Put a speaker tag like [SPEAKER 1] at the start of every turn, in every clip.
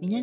[SPEAKER 1] 皆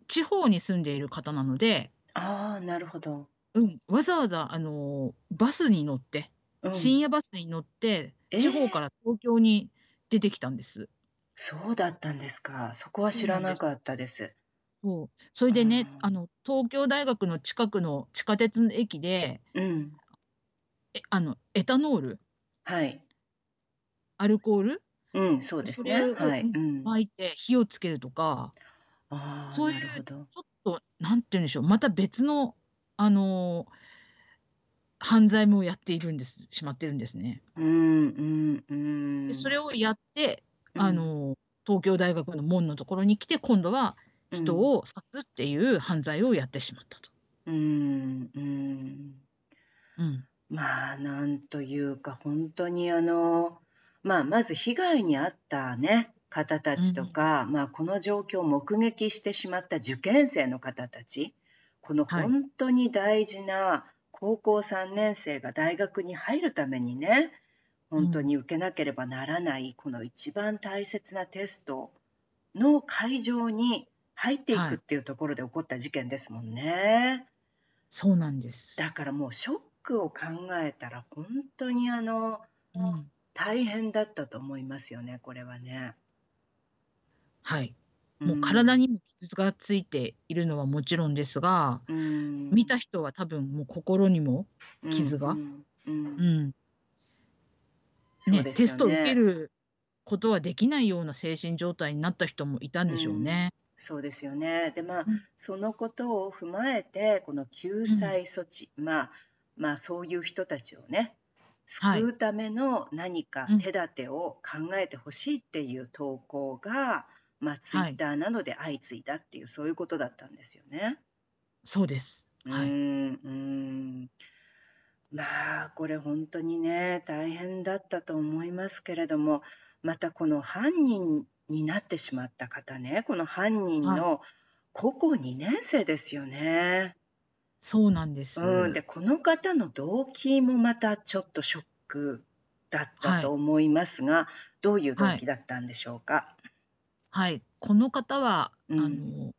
[SPEAKER 2] 地方に住んでいる方なので、
[SPEAKER 1] ああなるほど、
[SPEAKER 2] うん、わざわざあのバスに乗って
[SPEAKER 1] うん、
[SPEAKER 2] 深夜バスに乗って、
[SPEAKER 1] えー
[SPEAKER 2] 地方から東京に出てきたんです。
[SPEAKER 1] そうだったんですかそこは知らなかったです
[SPEAKER 2] そうそれでね、
[SPEAKER 1] うん
[SPEAKER 2] あの東京大学の近くの地下鉄の駅で
[SPEAKER 1] うん
[SPEAKER 2] えあのエタノール
[SPEAKER 1] はい
[SPEAKER 2] アルコール
[SPEAKER 1] うんそうですね
[SPEAKER 2] それを
[SPEAKER 1] はい、うん、
[SPEAKER 2] 巻いて火をつけるとか
[SPEAKER 1] ああ
[SPEAKER 2] そうい
[SPEAKER 1] な
[SPEAKER 2] う
[SPEAKER 1] るほど
[SPEAKER 2] ちょっとなんて言うんでしょうまた別の、あのー犯罪もやっているんですしまってるんですね。
[SPEAKER 1] うんうんうん
[SPEAKER 2] でそれをやって、あのー東京大学の門のところに来て今度は人を刺すっていう犯罪をやってしまったと。
[SPEAKER 1] うんうん、
[SPEAKER 2] うん
[SPEAKER 1] まあなんというか本当にあの、まあ、まず被害に遭った、ね、方たちとか、まあ、この状況を目撃してしまった受験生の方たちこの
[SPEAKER 2] はい
[SPEAKER 1] 本当に大事な高校3年生が大学に入るためにね本当に受けなければならないこの一番大切なテストの会場に入ってい
[SPEAKER 2] は
[SPEAKER 1] く
[SPEAKER 2] い
[SPEAKER 1] っていうところで起こった事件ですもんね。
[SPEAKER 2] そうなんです。
[SPEAKER 1] だからもうショックを考えたら本当にあの
[SPEAKER 2] うん
[SPEAKER 1] 大変だったと思いますよねこれはね。
[SPEAKER 2] はい
[SPEAKER 1] ん
[SPEAKER 2] もう体、にも傷がついているのはもちろんですが、
[SPEAKER 1] うん
[SPEAKER 2] 見た人は多分もう心にも傷が
[SPEAKER 1] うんうん
[SPEAKER 2] うんねテストを受けることはできないような精神状態になった人もいたんでしょうね。
[SPEAKER 1] そうですよね。で、まあ
[SPEAKER 2] うん、
[SPEAKER 1] そのことを踏まえて、この救済措置、まあ、まあ、そういう人たちをね、
[SPEAKER 2] はい
[SPEAKER 1] 救うための何か
[SPEAKER 2] うん
[SPEAKER 1] 手立てを考えてほしいっていう投稿が、まあ、ツイ
[SPEAKER 2] はい
[SPEAKER 1] ッターなどで相次いだっていう、そういうことだったんですよね。
[SPEAKER 2] そうです。は
[SPEAKER 1] う
[SPEAKER 2] い。
[SPEAKER 1] ん、うん。まあ、これ本当にね、大変だったと思いますけれども、またこの犯人になってしまった方ね、この犯人
[SPEAKER 2] はい
[SPEAKER 1] の高校2年生ですよね。
[SPEAKER 2] そうなんです。
[SPEAKER 1] うん、で、この方の動機もまたちょっとショックだったと思いますが、どういう動機だったんでしょうか。
[SPEAKER 2] はい。この方は、
[SPEAKER 1] うん
[SPEAKER 2] あの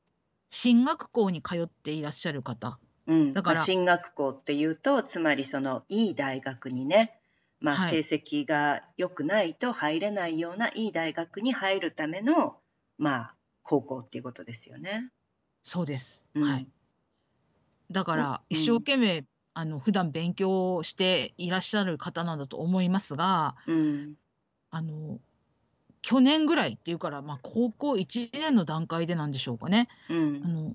[SPEAKER 2] 進学校に通っていらっしゃる方。
[SPEAKER 1] うん、
[SPEAKER 2] だから
[SPEAKER 1] まあ、進学校っていうとつまりそのいい大学にね、まあ、
[SPEAKER 2] は
[SPEAKER 1] 成
[SPEAKER 2] い
[SPEAKER 1] 績が良くないと入れないようないい大学に入るための、まあ、高校っていうことですよね。
[SPEAKER 2] そうです。
[SPEAKER 1] うん
[SPEAKER 2] はい。だから
[SPEAKER 1] うん
[SPEAKER 2] 一生懸命、あの普段勉強をしていらっしゃる方なんだと思いますが、
[SPEAKER 1] うん
[SPEAKER 2] あの去年ぐらいっていうから、まあ、高校1年の段階でなんでしょうかね
[SPEAKER 1] う
[SPEAKER 2] あ
[SPEAKER 1] ん
[SPEAKER 2] の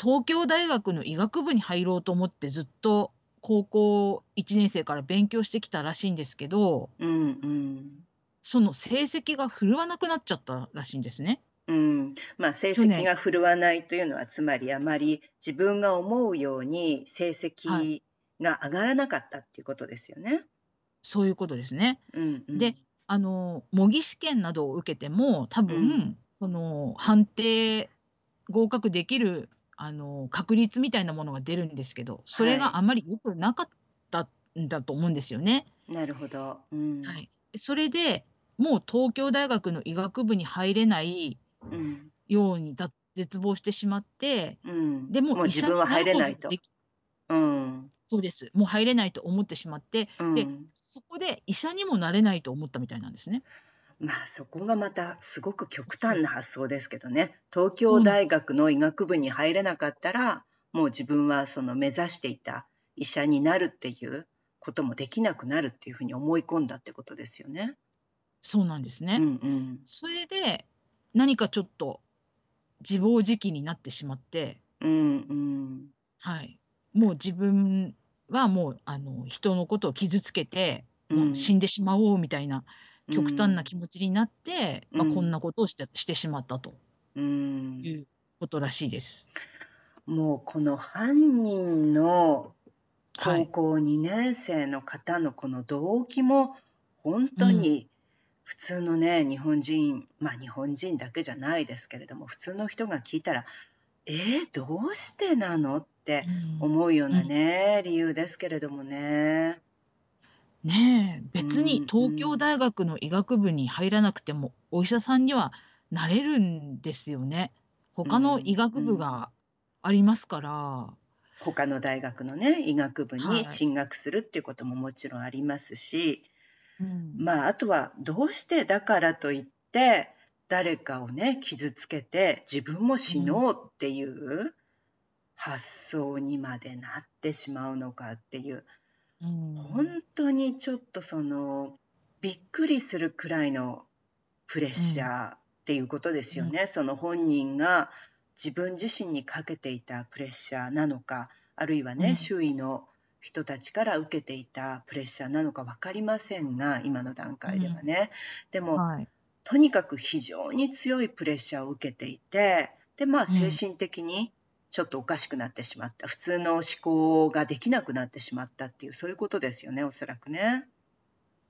[SPEAKER 2] 東京大学の医学部に入ろうと思ってずっと高校1年生から勉強してきたらしいんですけど
[SPEAKER 1] うんうん
[SPEAKER 2] その成績が振るわなくなっちゃったらしいんですね。
[SPEAKER 1] うんまあ、成
[SPEAKER 2] 去
[SPEAKER 1] 績
[SPEAKER 2] 年
[SPEAKER 1] が振るわないというのはつまりあまり自分が思うように成
[SPEAKER 2] は
[SPEAKER 1] 績が上がらなかったっていうことですよね。
[SPEAKER 2] そういうことですね。
[SPEAKER 1] うんうん、
[SPEAKER 2] であの模擬試験などを受けても多分、
[SPEAKER 1] うん
[SPEAKER 2] その判定合格できるあの確率みたいなものが出るんですけどそれ
[SPEAKER 1] はい
[SPEAKER 2] があまり良くなかったんだと思うんですよね。
[SPEAKER 1] なるほど。うん
[SPEAKER 2] はい、それでもう東京大学の医学部に入れない
[SPEAKER 1] うん
[SPEAKER 2] ようにだ絶望してしまって
[SPEAKER 1] うん、
[SPEAKER 2] でも
[SPEAKER 1] もう
[SPEAKER 2] う医
[SPEAKER 1] 自
[SPEAKER 2] 者に
[SPEAKER 1] 分は
[SPEAKER 2] な
[SPEAKER 1] 入れ
[SPEAKER 2] ること
[SPEAKER 1] な
[SPEAKER 2] が
[SPEAKER 1] いと
[SPEAKER 2] で。き
[SPEAKER 1] うん
[SPEAKER 2] そうですもう入れないと思ってしまって
[SPEAKER 1] う
[SPEAKER 2] で
[SPEAKER 1] ん
[SPEAKER 2] そこで医者にもなれないと思ったみたいなんですね。
[SPEAKER 1] まあそこがまたすごく極端な発想ですけどね東京大学の医学部に入れなかったらもう自分はその目指していた医者になるっていうこともできなくなるっていうふうに思い込んだってことですよね。
[SPEAKER 2] そうなんですね、
[SPEAKER 1] うんうん
[SPEAKER 2] それで何かちょっと自暴自棄になってしまって、
[SPEAKER 1] うんうん
[SPEAKER 2] はい、もう自分はもうあの人のことを傷つけて、
[SPEAKER 1] うん
[SPEAKER 2] もう死んでしまおうみたいな極端な気持ちになって、
[SPEAKER 1] う
[SPEAKER 2] ま
[SPEAKER 1] ん
[SPEAKER 2] あ、こんなことをしてしてしまったと
[SPEAKER 1] うん
[SPEAKER 2] いうことらしいです。
[SPEAKER 1] もうこの犯人の
[SPEAKER 2] は
[SPEAKER 1] 高
[SPEAKER 2] い、
[SPEAKER 1] 校2年生の方のこの動機も本当に普通のね、日本人まあ日本人だけじゃないですけれども普通の人が聞いたらえー、どうしてなのって
[SPEAKER 2] うん
[SPEAKER 1] 思うようなね、理由ですけれどもね。
[SPEAKER 2] ねえ別
[SPEAKER 1] う
[SPEAKER 2] に
[SPEAKER 1] ん
[SPEAKER 2] 東京大学の医学部に入らなくてもお医者さんにはなれるんですよね。他の医学部がありますから、
[SPEAKER 1] 他の大学のね医学部
[SPEAKER 2] は
[SPEAKER 1] に
[SPEAKER 2] い
[SPEAKER 1] 進学するっていうことももちろんありますし、
[SPEAKER 2] うん
[SPEAKER 1] まあ、あとはどうしてだからといって誰かをね傷つけて自分も死のうっていう発想にまでなってしまうのかっていう
[SPEAKER 2] うん
[SPEAKER 1] 本当にちょっとそのびっくりするくらいのプレッシャーっていうことですよね、その本人が自分自身にかけていたプレッシャーなのかあるいはね、
[SPEAKER 2] うん
[SPEAKER 1] 周囲の人たちから受けていたプレッシャーなのか分かりませんが今の段階ではね、でも、
[SPEAKER 2] はい
[SPEAKER 1] とにかく非常に強いプレッシャーを受けていてでまあ
[SPEAKER 2] う
[SPEAKER 1] 精
[SPEAKER 2] ん
[SPEAKER 1] 神的にちょっとおかしくなってしまった、普通の思考ができなくなってしまったっていうそういうことですよねおそらくね。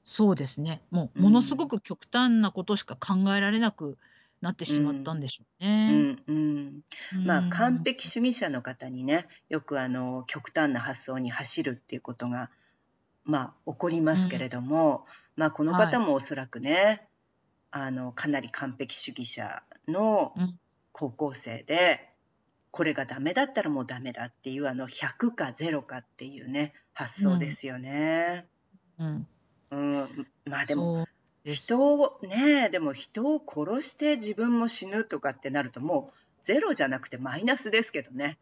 [SPEAKER 2] そうですねも
[SPEAKER 1] う
[SPEAKER 2] うんものすごく極端なことしか考えられなくなってしまったんでしょう
[SPEAKER 1] う
[SPEAKER 2] ね。
[SPEAKER 1] んうんまあ、完璧主義者の方にねよくあの極端な発想に走るっていうことが、まあ、起こりますけれども、まあ、この方もおそらくね、あのかなり完璧主義者の
[SPEAKER 2] うん
[SPEAKER 1] 高校生で、これがダメだったらもうダメだっていうあの100か0かっていうね発想ですよね。
[SPEAKER 2] うん
[SPEAKER 1] うん、まあでも
[SPEAKER 2] そうです
[SPEAKER 1] 人をねでも人を殺して自分も死ぬとかってなるともうゼロじゃなくてマイナスですけどね。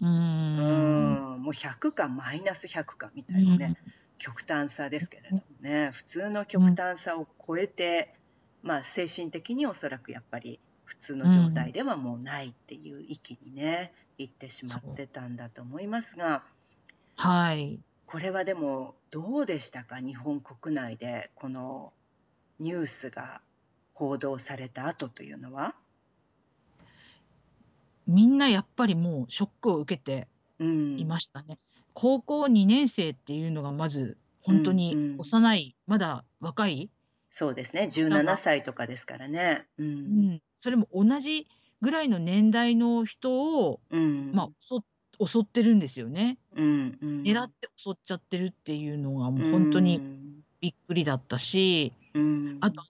[SPEAKER 2] う
[SPEAKER 1] うんんもう100かマイナス100かみたいなね、極端さですけれどもね普通の極端さを超えて、まあ、精神的におそらくやっぱり普通の状態ではもうないっていう域にね行ってしまってたんだと思いますが
[SPEAKER 2] はい。
[SPEAKER 1] これはでもどうでしたか日本国内でこのニュースが報道された後というのは。
[SPEAKER 2] みんなやっぱりもうショックを受けて
[SPEAKER 1] うん
[SPEAKER 2] いましたね。高校2年生っていうのがまず本当
[SPEAKER 1] うんう
[SPEAKER 2] に
[SPEAKER 1] ん
[SPEAKER 2] 幼い、まだ若い、
[SPEAKER 1] そうですね
[SPEAKER 2] なん
[SPEAKER 1] 17
[SPEAKER 2] か
[SPEAKER 1] 歳とかですからね。う
[SPEAKER 2] うんん、それも同じぐらいの年代の人を、
[SPEAKER 1] うん
[SPEAKER 2] まあ、襲襲ってるんですよね。
[SPEAKER 1] うんうん
[SPEAKER 2] 狙って襲っちゃってるっていうのがもう本当にびっくりだったし、
[SPEAKER 1] うん
[SPEAKER 2] あと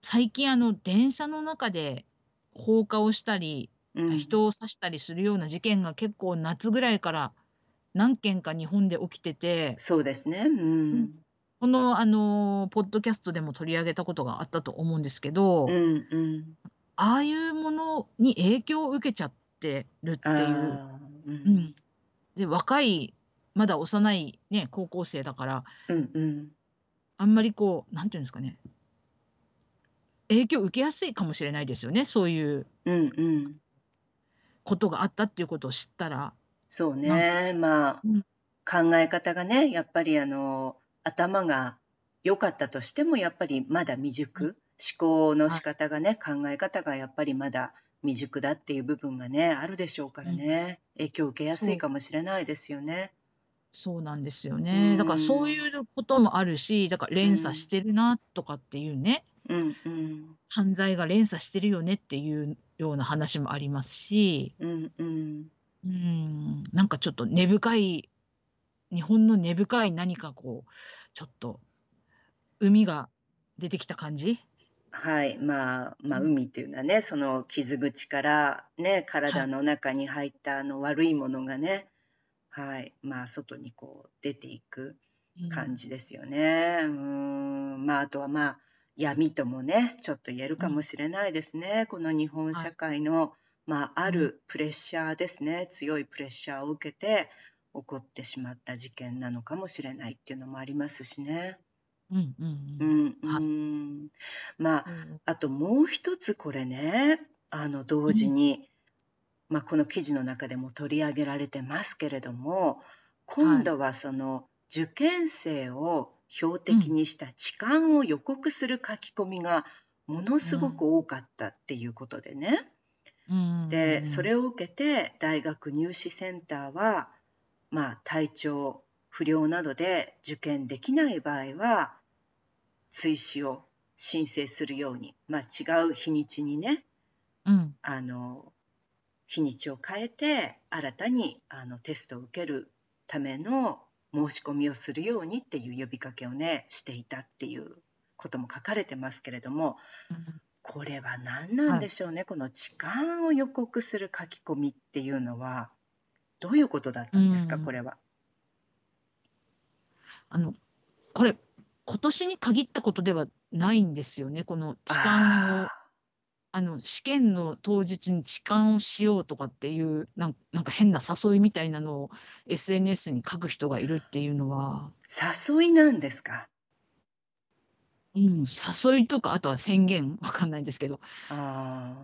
[SPEAKER 2] 最近あの電車の中で放火をしたり
[SPEAKER 1] うん
[SPEAKER 2] 人を刺したりするような事件が結構夏ぐらいから何件か日本で起きてて
[SPEAKER 1] そうですね。うん
[SPEAKER 2] このあのーポッドキャストでも取り上げたことがあったと思うんですけど、
[SPEAKER 1] うんうん
[SPEAKER 2] ああいうものに影響を受けちゃってるって
[SPEAKER 1] あ
[SPEAKER 2] いう。
[SPEAKER 1] あ
[SPEAKER 2] うん、で若いまだ幼い、ね、高校生だから
[SPEAKER 1] うんうん
[SPEAKER 2] あんまりこうなんていうんですかね影響を受けやすいかもしれないですよねそういう
[SPEAKER 1] うんうん
[SPEAKER 2] ことがあったっていうことを知ったら。
[SPEAKER 1] そうねまあ、
[SPEAKER 2] うん
[SPEAKER 1] 考え方がねやっぱりあの頭が良かったとしてもやっぱりまだ未熟思考の仕方がね考え方がやっぱりまだ未熟だっていう部分がねあるでしょうからね、影響を受けやす
[SPEAKER 2] そ
[SPEAKER 1] いうかもしれないですよね。
[SPEAKER 2] そうなんですよ
[SPEAKER 1] う
[SPEAKER 2] ね。
[SPEAKER 1] ん
[SPEAKER 2] だからそういうこともあるし、だから連鎖してるなとかっていうね、
[SPEAKER 1] うんうん
[SPEAKER 2] 犯罪が連鎖してるよねっていうような話もありますし、
[SPEAKER 1] うんうん
[SPEAKER 2] うん、なんかちょっと根深い、日本の根深い何かこう、ちょっと海が出てきた感じ。
[SPEAKER 1] はい、まあ、まあ、
[SPEAKER 2] うん
[SPEAKER 1] 海っていうのはね、その傷口からね、体の中に入ったあの悪いものがね、はい、まあ、外にこう出ていく
[SPEAKER 2] うん
[SPEAKER 1] 感じですよね。うーん、まあ、あとはまあ、闇ともね、ちょっと言えるかもしれないですね。この日本社会の、まあ、あるプレッシャーですね、強いプレッシャーを受けて起こってしまった事件なのかもしれないっていうのもありますしね。
[SPEAKER 2] うんう
[SPEAKER 1] うんん、う
[SPEAKER 2] はい
[SPEAKER 1] ん。まあ、
[SPEAKER 2] うん。
[SPEAKER 1] あともう一つこれね、あの同時に、まあ、この記事の中でも取り上げられてますけれども、今度はその受験生を標的にした痴漢を予告する書き込みがものすごく多かったっていうことでね。
[SPEAKER 2] うん
[SPEAKER 1] でそれを受けて大学入試センターは、まあ、体調不良などで受験できない場合は追試を申請するように、まあ、違う日にちにね
[SPEAKER 2] うん
[SPEAKER 1] あの日にちを変えて新たにあのテストを受けるための申し込みをするようにっていう呼びかけをねしていたっていうことも書かれてますけれどもこれは何なんでしょうね、この痴漢を予告する書き込みっていうのはどういうことだったんですか、
[SPEAKER 2] うん
[SPEAKER 1] これは。
[SPEAKER 2] あのこれ今年に限ったことではないんですよねこの痴漢を
[SPEAKER 1] あ
[SPEAKER 2] あの試験の当日に痴漢をしようとかっていうなんなんか変な誘いみたいなのを SNS に書く人がいるっていうのは、
[SPEAKER 1] ー誘いなんですか。
[SPEAKER 2] うん、誘いとかあとは宣言わかんないんですけど
[SPEAKER 1] あ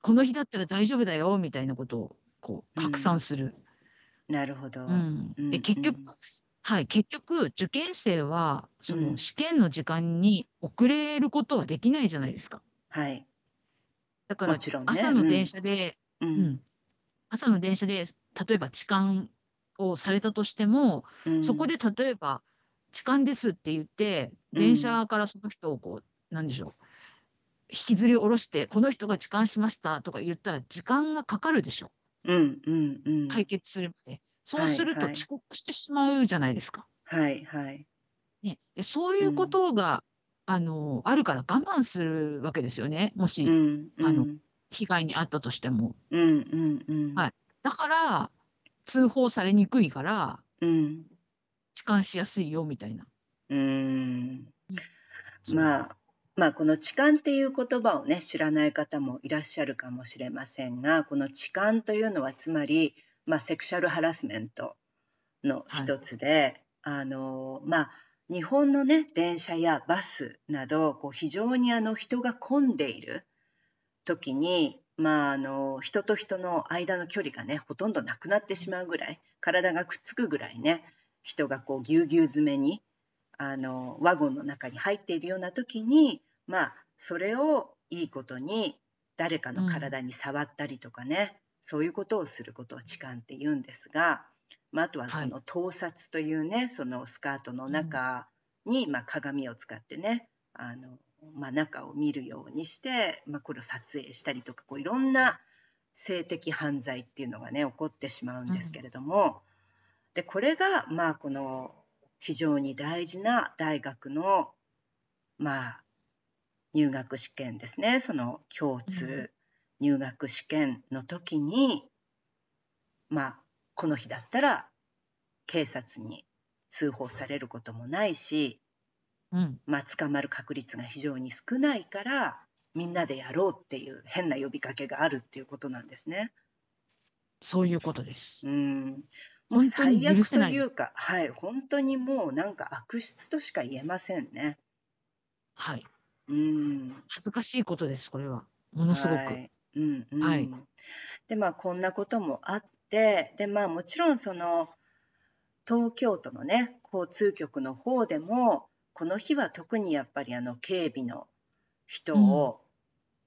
[SPEAKER 2] この日だったら大丈夫だよみたいなことをこう拡散する。
[SPEAKER 1] ーなるほど。
[SPEAKER 2] うん
[SPEAKER 1] うんう
[SPEAKER 2] で
[SPEAKER 1] ん
[SPEAKER 2] 結局、はい、結局受験生はそ
[SPEAKER 1] うん
[SPEAKER 2] の試験の時間に遅れることはできないじゃないですか。
[SPEAKER 1] はい。
[SPEAKER 2] だから
[SPEAKER 1] もちろんね。
[SPEAKER 2] 朝の電車で、
[SPEAKER 1] うん。う
[SPEAKER 2] うんん、朝の電車で例えば痴漢をされたとしても、
[SPEAKER 1] うん
[SPEAKER 2] そこで例えば痴漢ですって言って
[SPEAKER 1] うん
[SPEAKER 2] 電車からその人をこうなんでしょう引きずり下ろしてこの人が痴漢しましたとか言ったら時間がかかるでしょ
[SPEAKER 1] うんうんうん。
[SPEAKER 2] 解決するまでそう
[SPEAKER 1] はい
[SPEAKER 2] すると
[SPEAKER 1] はい
[SPEAKER 2] 遅刻してしまうじゃないですか。
[SPEAKER 1] はいはい。
[SPEAKER 2] ね、でそういうことが、あのあるから我慢するわけですよねも
[SPEAKER 1] う
[SPEAKER 2] し
[SPEAKER 1] んうん。
[SPEAKER 2] あの被害に遭ったとしても。
[SPEAKER 1] うんうんうん。
[SPEAKER 2] はいだから通報されにくいから
[SPEAKER 1] うん。
[SPEAKER 2] 痴漢しやすいよみたいな。
[SPEAKER 1] うん。
[SPEAKER 2] そう
[SPEAKER 1] まあ、まあこの痴漢っていう言葉をね知らない方もいらっしゃるかもしれませんがこの痴漢というのはつまり、まあ、セクシャルハラスメントの一つで、あのまあ日本のね電車やバスなどこう非常にあの人が混んでいる時に、まあ、あの人と人の間の距離がねほとんどなくなってしまうぐらい体がくっつくぐらいね人がこうぎゅうぎゅう詰めにあのワゴンの中に入っているような時に、まあ、それをいいことに誰かの体に触ったりとかね、そういうことをすることを痴漢って言うんですが、まあ、あとは
[SPEAKER 2] はい
[SPEAKER 1] その盗撮というね、そのスカートの中に、まあ、鏡を使ってねあの、まあ、中を見るようにして、まあ、これを撮影したりとかこういろんな性的犯罪っていうのがね起こってしまうんですけれども、でこれがまあこの非常に大事な大学のまあ入学試験ですねその共通入学試験の時に、まあこの日だったら警察に通報されることもないし、
[SPEAKER 2] うん
[SPEAKER 1] まあ、捕まる確率が非常に少ないからみんなでやろうっていう変な呼びかけがあるっていうことなんですね。
[SPEAKER 2] そういうことです
[SPEAKER 1] う。んもう
[SPEAKER 2] 本当に
[SPEAKER 1] 最
[SPEAKER 2] 許
[SPEAKER 1] 悪
[SPEAKER 2] せ
[SPEAKER 1] と
[SPEAKER 2] ない
[SPEAKER 1] い
[SPEAKER 2] で
[SPEAKER 1] う
[SPEAKER 2] す。
[SPEAKER 1] か、はい、本当にもうなんか悪質としか言えませんね。
[SPEAKER 2] はい。
[SPEAKER 1] うん、
[SPEAKER 2] 恥ずかしいことです。これは。ものすごく。
[SPEAKER 1] はいうんうん
[SPEAKER 2] はい
[SPEAKER 1] でまあこんなこともあってでまあもちろんその東京都のね交通局の方でもこの日は特にやっぱりあの警備の人を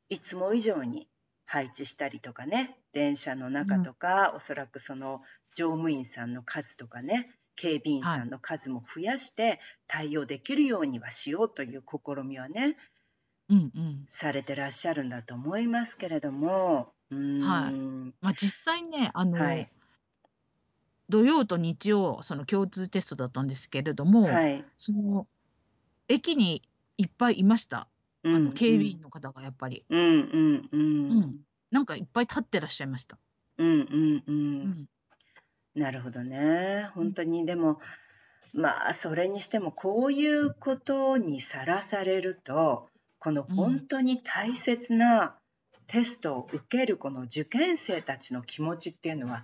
[SPEAKER 1] いつも以上に配置したりとかね、電車の中とか、おそらくその乗務員さんの数とかね警備員さんの数も増やして対応できるようにはしようという試みはね、
[SPEAKER 2] うんうん。
[SPEAKER 1] されてらっしゃるんだと思いますけれども、うーん
[SPEAKER 2] はいまあ実際ね、あの、
[SPEAKER 1] はい
[SPEAKER 2] 土曜と日曜その共通テストだったんですけれども、
[SPEAKER 1] はい、
[SPEAKER 2] その駅にいっぱいいました。
[SPEAKER 1] あ
[SPEAKER 2] あの警備員の方がやっぱり、
[SPEAKER 1] うんうんうん
[SPEAKER 2] うんなんかいっぱい立ってらっしゃいました。
[SPEAKER 1] うんうんう。
[SPEAKER 2] うんん。
[SPEAKER 1] なるほどね。本当にでも、まあそれにしてもこういうことにさらされると、この本当に大切なテストを受けるこの受験生たちの気持ちっていうのは、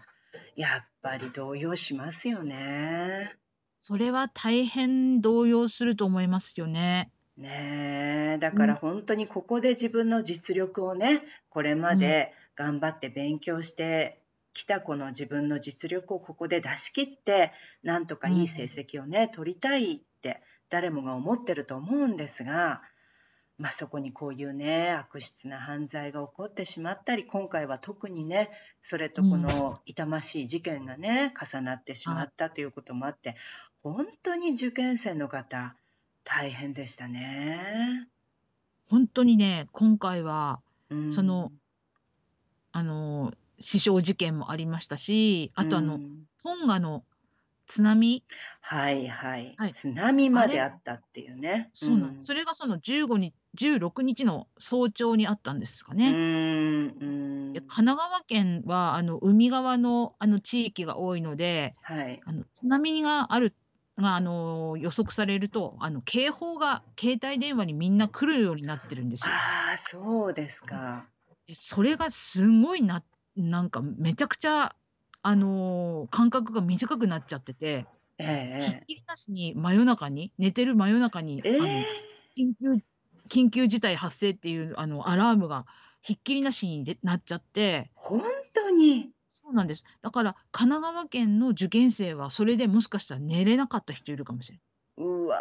[SPEAKER 1] やっぱり動揺しますよね。
[SPEAKER 2] それは大変動揺すると思いますよね。
[SPEAKER 1] ねえ、だ
[SPEAKER 2] うん
[SPEAKER 1] から本当にここで自分の実力をね、これまで頑張って勉強してきたこの自分の実力をここで出し切って、なんとかいい成績をね、取りたいって誰もが思ってると思うんですが、まあそこにこういうね、悪質な犯罪が起こってしまったり、今回は特にね、それとこの痛ましい事件がね、重なってしまったということもあって、本当に受験生の方、大変でしたね。
[SPEAKER 2] 本当にね、今回は
[SPEAKER 1] うん
[SPEAKER 2] その、あの死傷事件もありましたし、あとあの、
[SPEAKER 1] うん
[SPEAKER 2] トンガの津波、
[SPEAKER 1] はいはい、
[SPEAKER 2] はい
[SPEAKER 1] 津波まで
[SPEAKER 2] あ
[SPEAKER 1] あ
[SPEAKER 2] れ
[SPEAKER 1] ったっていうね。
[SPEAKER 2] そうなんですそれがその15日、16日の早朝にあったんですか
[SPEAKER 1] う
[SPEAKER 2] ね。
[SPEAKER 1] んうん、
[SPEAKER 2] で神奈川県はあの海側のあの地域が多いので
[SPEAKER 1] はい。
[SPEAKER 2] あの津波があるがあの予測されるとあの警報が携帯電話にみんな来るようになってるんですよ。
[SPEAKER 1] ああ、そうですか。
[SPEAKER 2] でそれがすごいななんかめちゃくちゃあの間隔が短くなっちゃってて
[SPEAKER 1] え
[SPEAKER 2] ひっ
[SPEAKER 1] え
[SPEAKER 2] きりなしに真夜中に寝てる真夜中に、
[SPEAKER 1] ええ
[SPEAKER 2] あの緊急緊急事態発生っていうあのアラームがひっきりなしにでなっちゃって。
[SPEAKER 1] 本当に。
[SPEAKER 2] そうなんです。だから神奈川県の受験生はそれでもしかしたら寝れなかった人いるかもしれ
[SPEAKER 1] うわ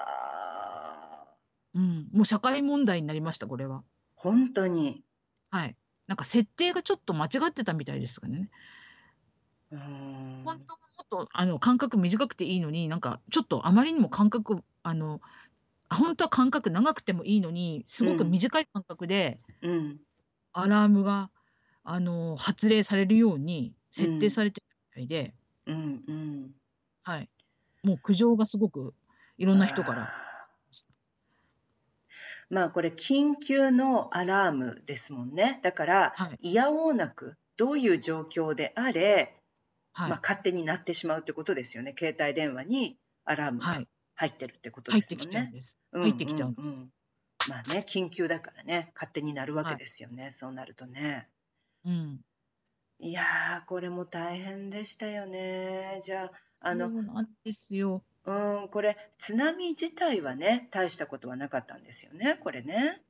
[SPEAKER 1] ー。
[SPEAKER 2] ない。うん、もう社会問題になりましたこれは。
[SPEAKER 1] 本当に。
[SPEAKER 2] はい。なんか設定がちょっと間違ってたみたいですかね。
[SPEAKER 1] うん
[SPEAKER 2] 本当はもっとあの間隔短くていいのになんかちょっとあまりにも間隔あのあ本当は間隔長くてもいいのにすごく
[SPEAKER 1] うん
[SPEAKER 2] 短い間隔で
[SPEAKER 1] うん。
[SPEAKER 2] アラームが、あの発令されるように設定されてるみたいで、
[SPEAKER 1] うんうん。
[SPEAKER 2] はい。もう苦情がすごくいろんな人から。
[SPEAKER 1] あー。まあこれ緊急のアラームですもんね。だから
[SPEAKER 2] はい
[SPEAKER 1] いやおうなくどういう状況であれ、
[SPEAKER 2] はい
[SPEAKER 1] まあ、勝手になってしまうってことですよね。携帯電話にアラーム
[SPEAKER 2] は
[SPEAKER 1] が
[SPEAKER 2] い、
[SPEAKER 1] 入ってるってこと
[SPEAKER 2] 入
[SPEAKER 1] で
[SPEAKER 2] っ
[SPEAKER 1] す
[SPEAKER 2] て
[SPEAKER 1] も
[SPEAKER 2] き
[SPEAKER 1] ん
[SPEAKER 2] ちゃうん
[SPEAKER 1] ね。
[SPEAKER 2] です。
[SPEAKER 1] う
[SPEAKER 2] 入ってきちゃうんです
[SPEAKER 1] んまあね緊急だからね勝手になるわけ
[SPEAKER 2] はい
[SPEAKER 1] ですよね、そうなるとね。
[SPEAKER 2] うん。
[SPEAKER 1] いやーこれも大変でしたよね。じゃああの
[SPEAKER 2] そうなんですよ。
[SPEAKER 1] うーん、これ津波自体はね、大したことはなかったんですよね、これね。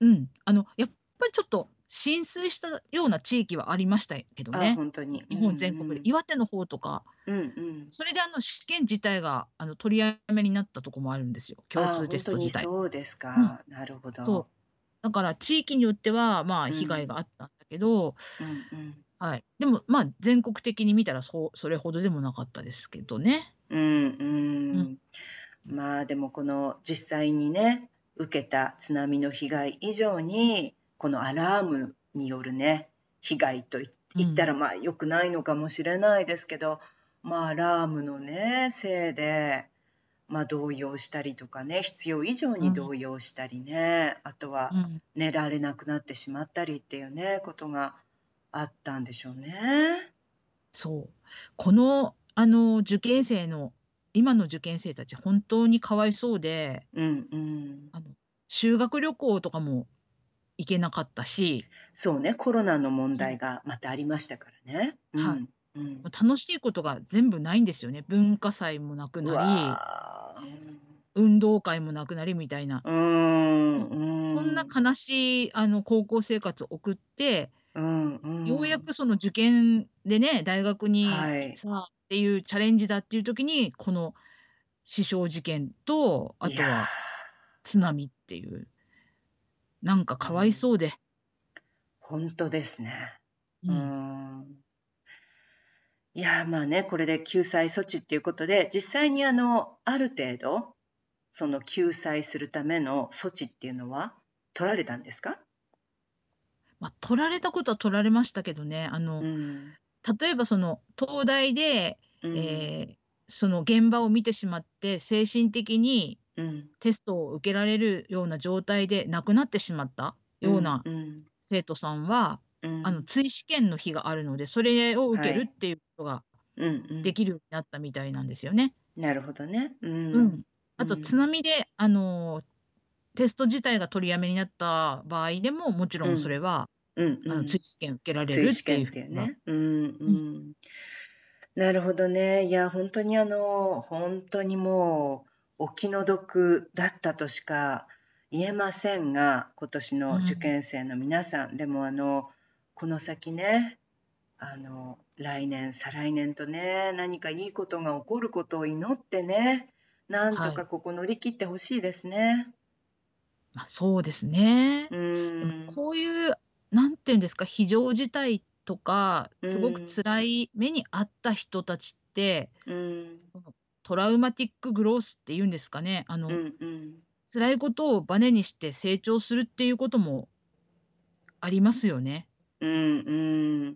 [SPEAKER 2] うん、あのやっぱりちょっと浸水したような地域はありましたけど
[SPEAKER 1] あ、
[SPEAKER 2] ね
[SPEAKER 1] 本当に。
[SPEAKER 2] 日本全国で、岩手の方とか
[SPEAKER 1] うんうん。うんうん。
[SPEAKER 2] それであの試験自体があの取りやめになったとこもあるんですよ共
[SPEAKER 1] あ、
[SPEAKER 2] 通
[SPEAKER 1] 本
[SPEAKER 2] テス
[SPEAKER 1] 当
[SPEAKER 2] ト
[SPEAKER 1] に
[SPEAKER 2] 自体。
[SPEAKER 1] そうですか。なるほど。
[SPEAKER 2] そうだから地域によってはま
[SPEAKER 1] う
[SPEAKER 2] あ
[SPEAKER 1] ん
[SPEAKER 2] 被害があったんだけど、
[SPEAKER 1] うんうん。
[SPEAKER 2] はい、でもまあ全国的に見たらそうそれほどでもなかったですけどね。
[SPEAKER 1] うんう、
[SPEAKER 2] うん
[SPEAKER 1] まあでもこの実際にね受けた津波の被害以上にこのアラームによるね被害とい言ったらまあ良くないのかもしれないですけど、まあアラームのねせいで、まあ、動揺したりとかね必要以上に動揺したりね、あとは
[SPEAKER 2] うん、
[SPEAKER 1] 寝られなくなってしまったりっていうねことがあったんでしょうね。
[SPEAKER 2] そうこのあの受験生の今の受験生たち本当にかわいそうで
[SPEAKER 1] うんうん、
[SPEAKER 2] あの修学旅行とかも行けなかったし
[SPEAKER 1] そうね、コロナの問題がまたありましたからね。うん
[SPEAKER 2] はい
[SPEAKER 1] うん、
[SPEAKER 2] 楽しいことが全部ないんですよね文化祭もなく
[SPEAKER 1] う
[SPEAKER 2] な
[SPEAKER 1] わー
[SPEAKER 2] り運動会もなくなりみたいな、
[SPEAKER 1] うんうん、
[SPEAKER 2] そんな悲しいあの高校生活を送って、
[SPEAKER 1] うんうん、
[SPEAKER 2] ようやくその受験でね大学に
[SPEAKER 1] はい
[SPEAKER 2] さあっていうチャレンジだっていう時にこの死傷事件とあ
[SPEAKER 1] い
[SPEAKER 2] と
[SPEAKER 1] や
[SPEAKER 2] は津波っていうなんかかわいそうで、
[SPEAKER 1] 本当ですね。
[SPEAKER 2] う
[SPEAKER 1] うんんいやーまあねこれで救済措置っていうことで実際にあのある程度その救済するための措置っていうのは取られたんですか、
[SPEAKER 2] まあ、取られたことは取られましたけどねあの、
[SPEAKER 1] うん
[SPEAKER 2] 例えばその東大で
[SPEAKER 1] うん
[SPEAKER 2] えーその現場を見てしまって精神的に
[SPEAKER 1] うん、
[SPEAKER 2] テストを受けられるような状態で亡くなってしまったような
[SPEAKER 1] うん
[SPEAKER 2] 生徒さんは、
[SPEAKER 1] うん、
[SPEAKER 2] あの追試験の日があるのでそれを受け
[SPEAKER 1] は
[SPEAKER 2] る
[SPEAKER 1] い
[SPEAKER 2] っていうことが
[SPEAKER 1] うんうん
[SPEAKER 2] できるようになったみたいなんですよね。
[SPEAKER 1] なるほどね。うん。
[SPEAKER 2] うんあと
[SPEAKER 1] うん
[SPEAKER 2] 津波で、あのーテスト自体が取りやめになった場合でももちろ
[SPEAKER 1] うん
[SPEAKER 2] んそれは、
[SPEAKER 1] うんう
[SPEAKER 2] あ
[SPEAKER 1] ん
[SPEAKER 2] の追試験受けられる
[SPEAKER 1] 追
[SPEAKER 2] っ
[SPEAKER 1] 試
[SPEAKER 2] て
[SPEAKER 1] 験
[SPEAKER 2] いう
[SPEAKER 1] っていう
[SPEAKER 2] ふうな
[SPEAKER 1] ね。うんうん。なるほどね。いや、本当にあの、本当にもう、お気の毒だったとしか言えませんが、今年の受験生の皆さん、でもあの、この先ね、あの、来年、再来年とね、何かいいことが起こることを祈ってね、なんとかここ乗り切ってほしいですね。
[SPEAKER 2] まあ、そうですね。
[SPEAKER 1] うん
[SPEAKER 2] でも。こういうなんていうんですか非常事態とかすご
[SPEAKER 1] う
[SPEAKER 2] く
[SPEAKER 1] ん
[SPEAKER 2] 辛い目にあった人たちって、
[SPEAKER 1] うん。
[SPEAKER 2] そのトラウマティックグロースっていうんですかねあの、
[SPEAKER 1] うんうん。
[SPEAKER 2] 辛いことをバネにして成長するっていうこともありますよね。
[SPEAKER 1] うんうん
[SPEAKER 2] ん、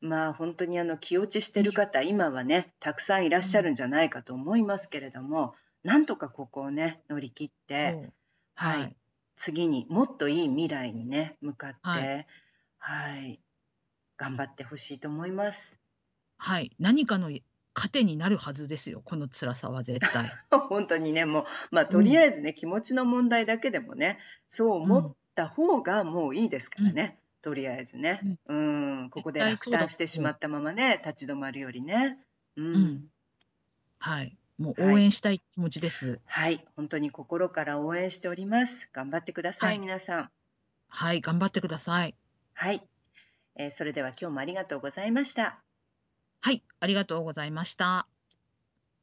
[SPEAKER 1] まあ本当にあの気落ちしてる方今はねたくさんいらっしゃるんじゃないかと思いますけれどもなんとかここをね乗り切って
[SPEAKER 2] そう
[SPEAKER 1] はい
[SPEAKER 2] はい
[SPEAKER 1] 次にもっといい未来にね向かって
[SPEAKER 2] は
[SPEAKER 1] はい、頑張ってほしいと思います。
[SPEAKER 2] はい、何かの糧になるはずですよこの辛さは絶 対。
[SPEAKER 1] 本当にねもうまあとりあえずね、気持ちの問題だけでもねそう思った方がもういいですからね、とりあえずね、うん、ここで
[SPEAKER 2] 絶対
[SPEAKER 1] 落
[SPEAKER 2] そうだ
[SPEAKER 1] 胆してしまったままね立ち止まるよりね。
[SPEAKER 2] う
[SPEAKER 1] うん
[SPEAKER 2] ん、はいもう
[SPEAKER 1] はい
[SPEAKER 2] 応援したい気持ちです。
[SPEAKER 1] はい、本当に心から応援しております。頑張ってください、
[SPEAKER 2] はい
[SPEAKER 1] 皆さん。
[SPEAKER 2] はい、頑張ってください。
[SPEAKER 1] はい、えーそれでは今日もありがとうございました。
[SPEAKER 2] はい、ありがとうございました。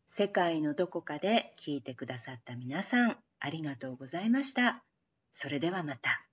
[SPEAKER 1] 世界のどこかで聞いてくださった皆さん、ありがとうございました。それではまた。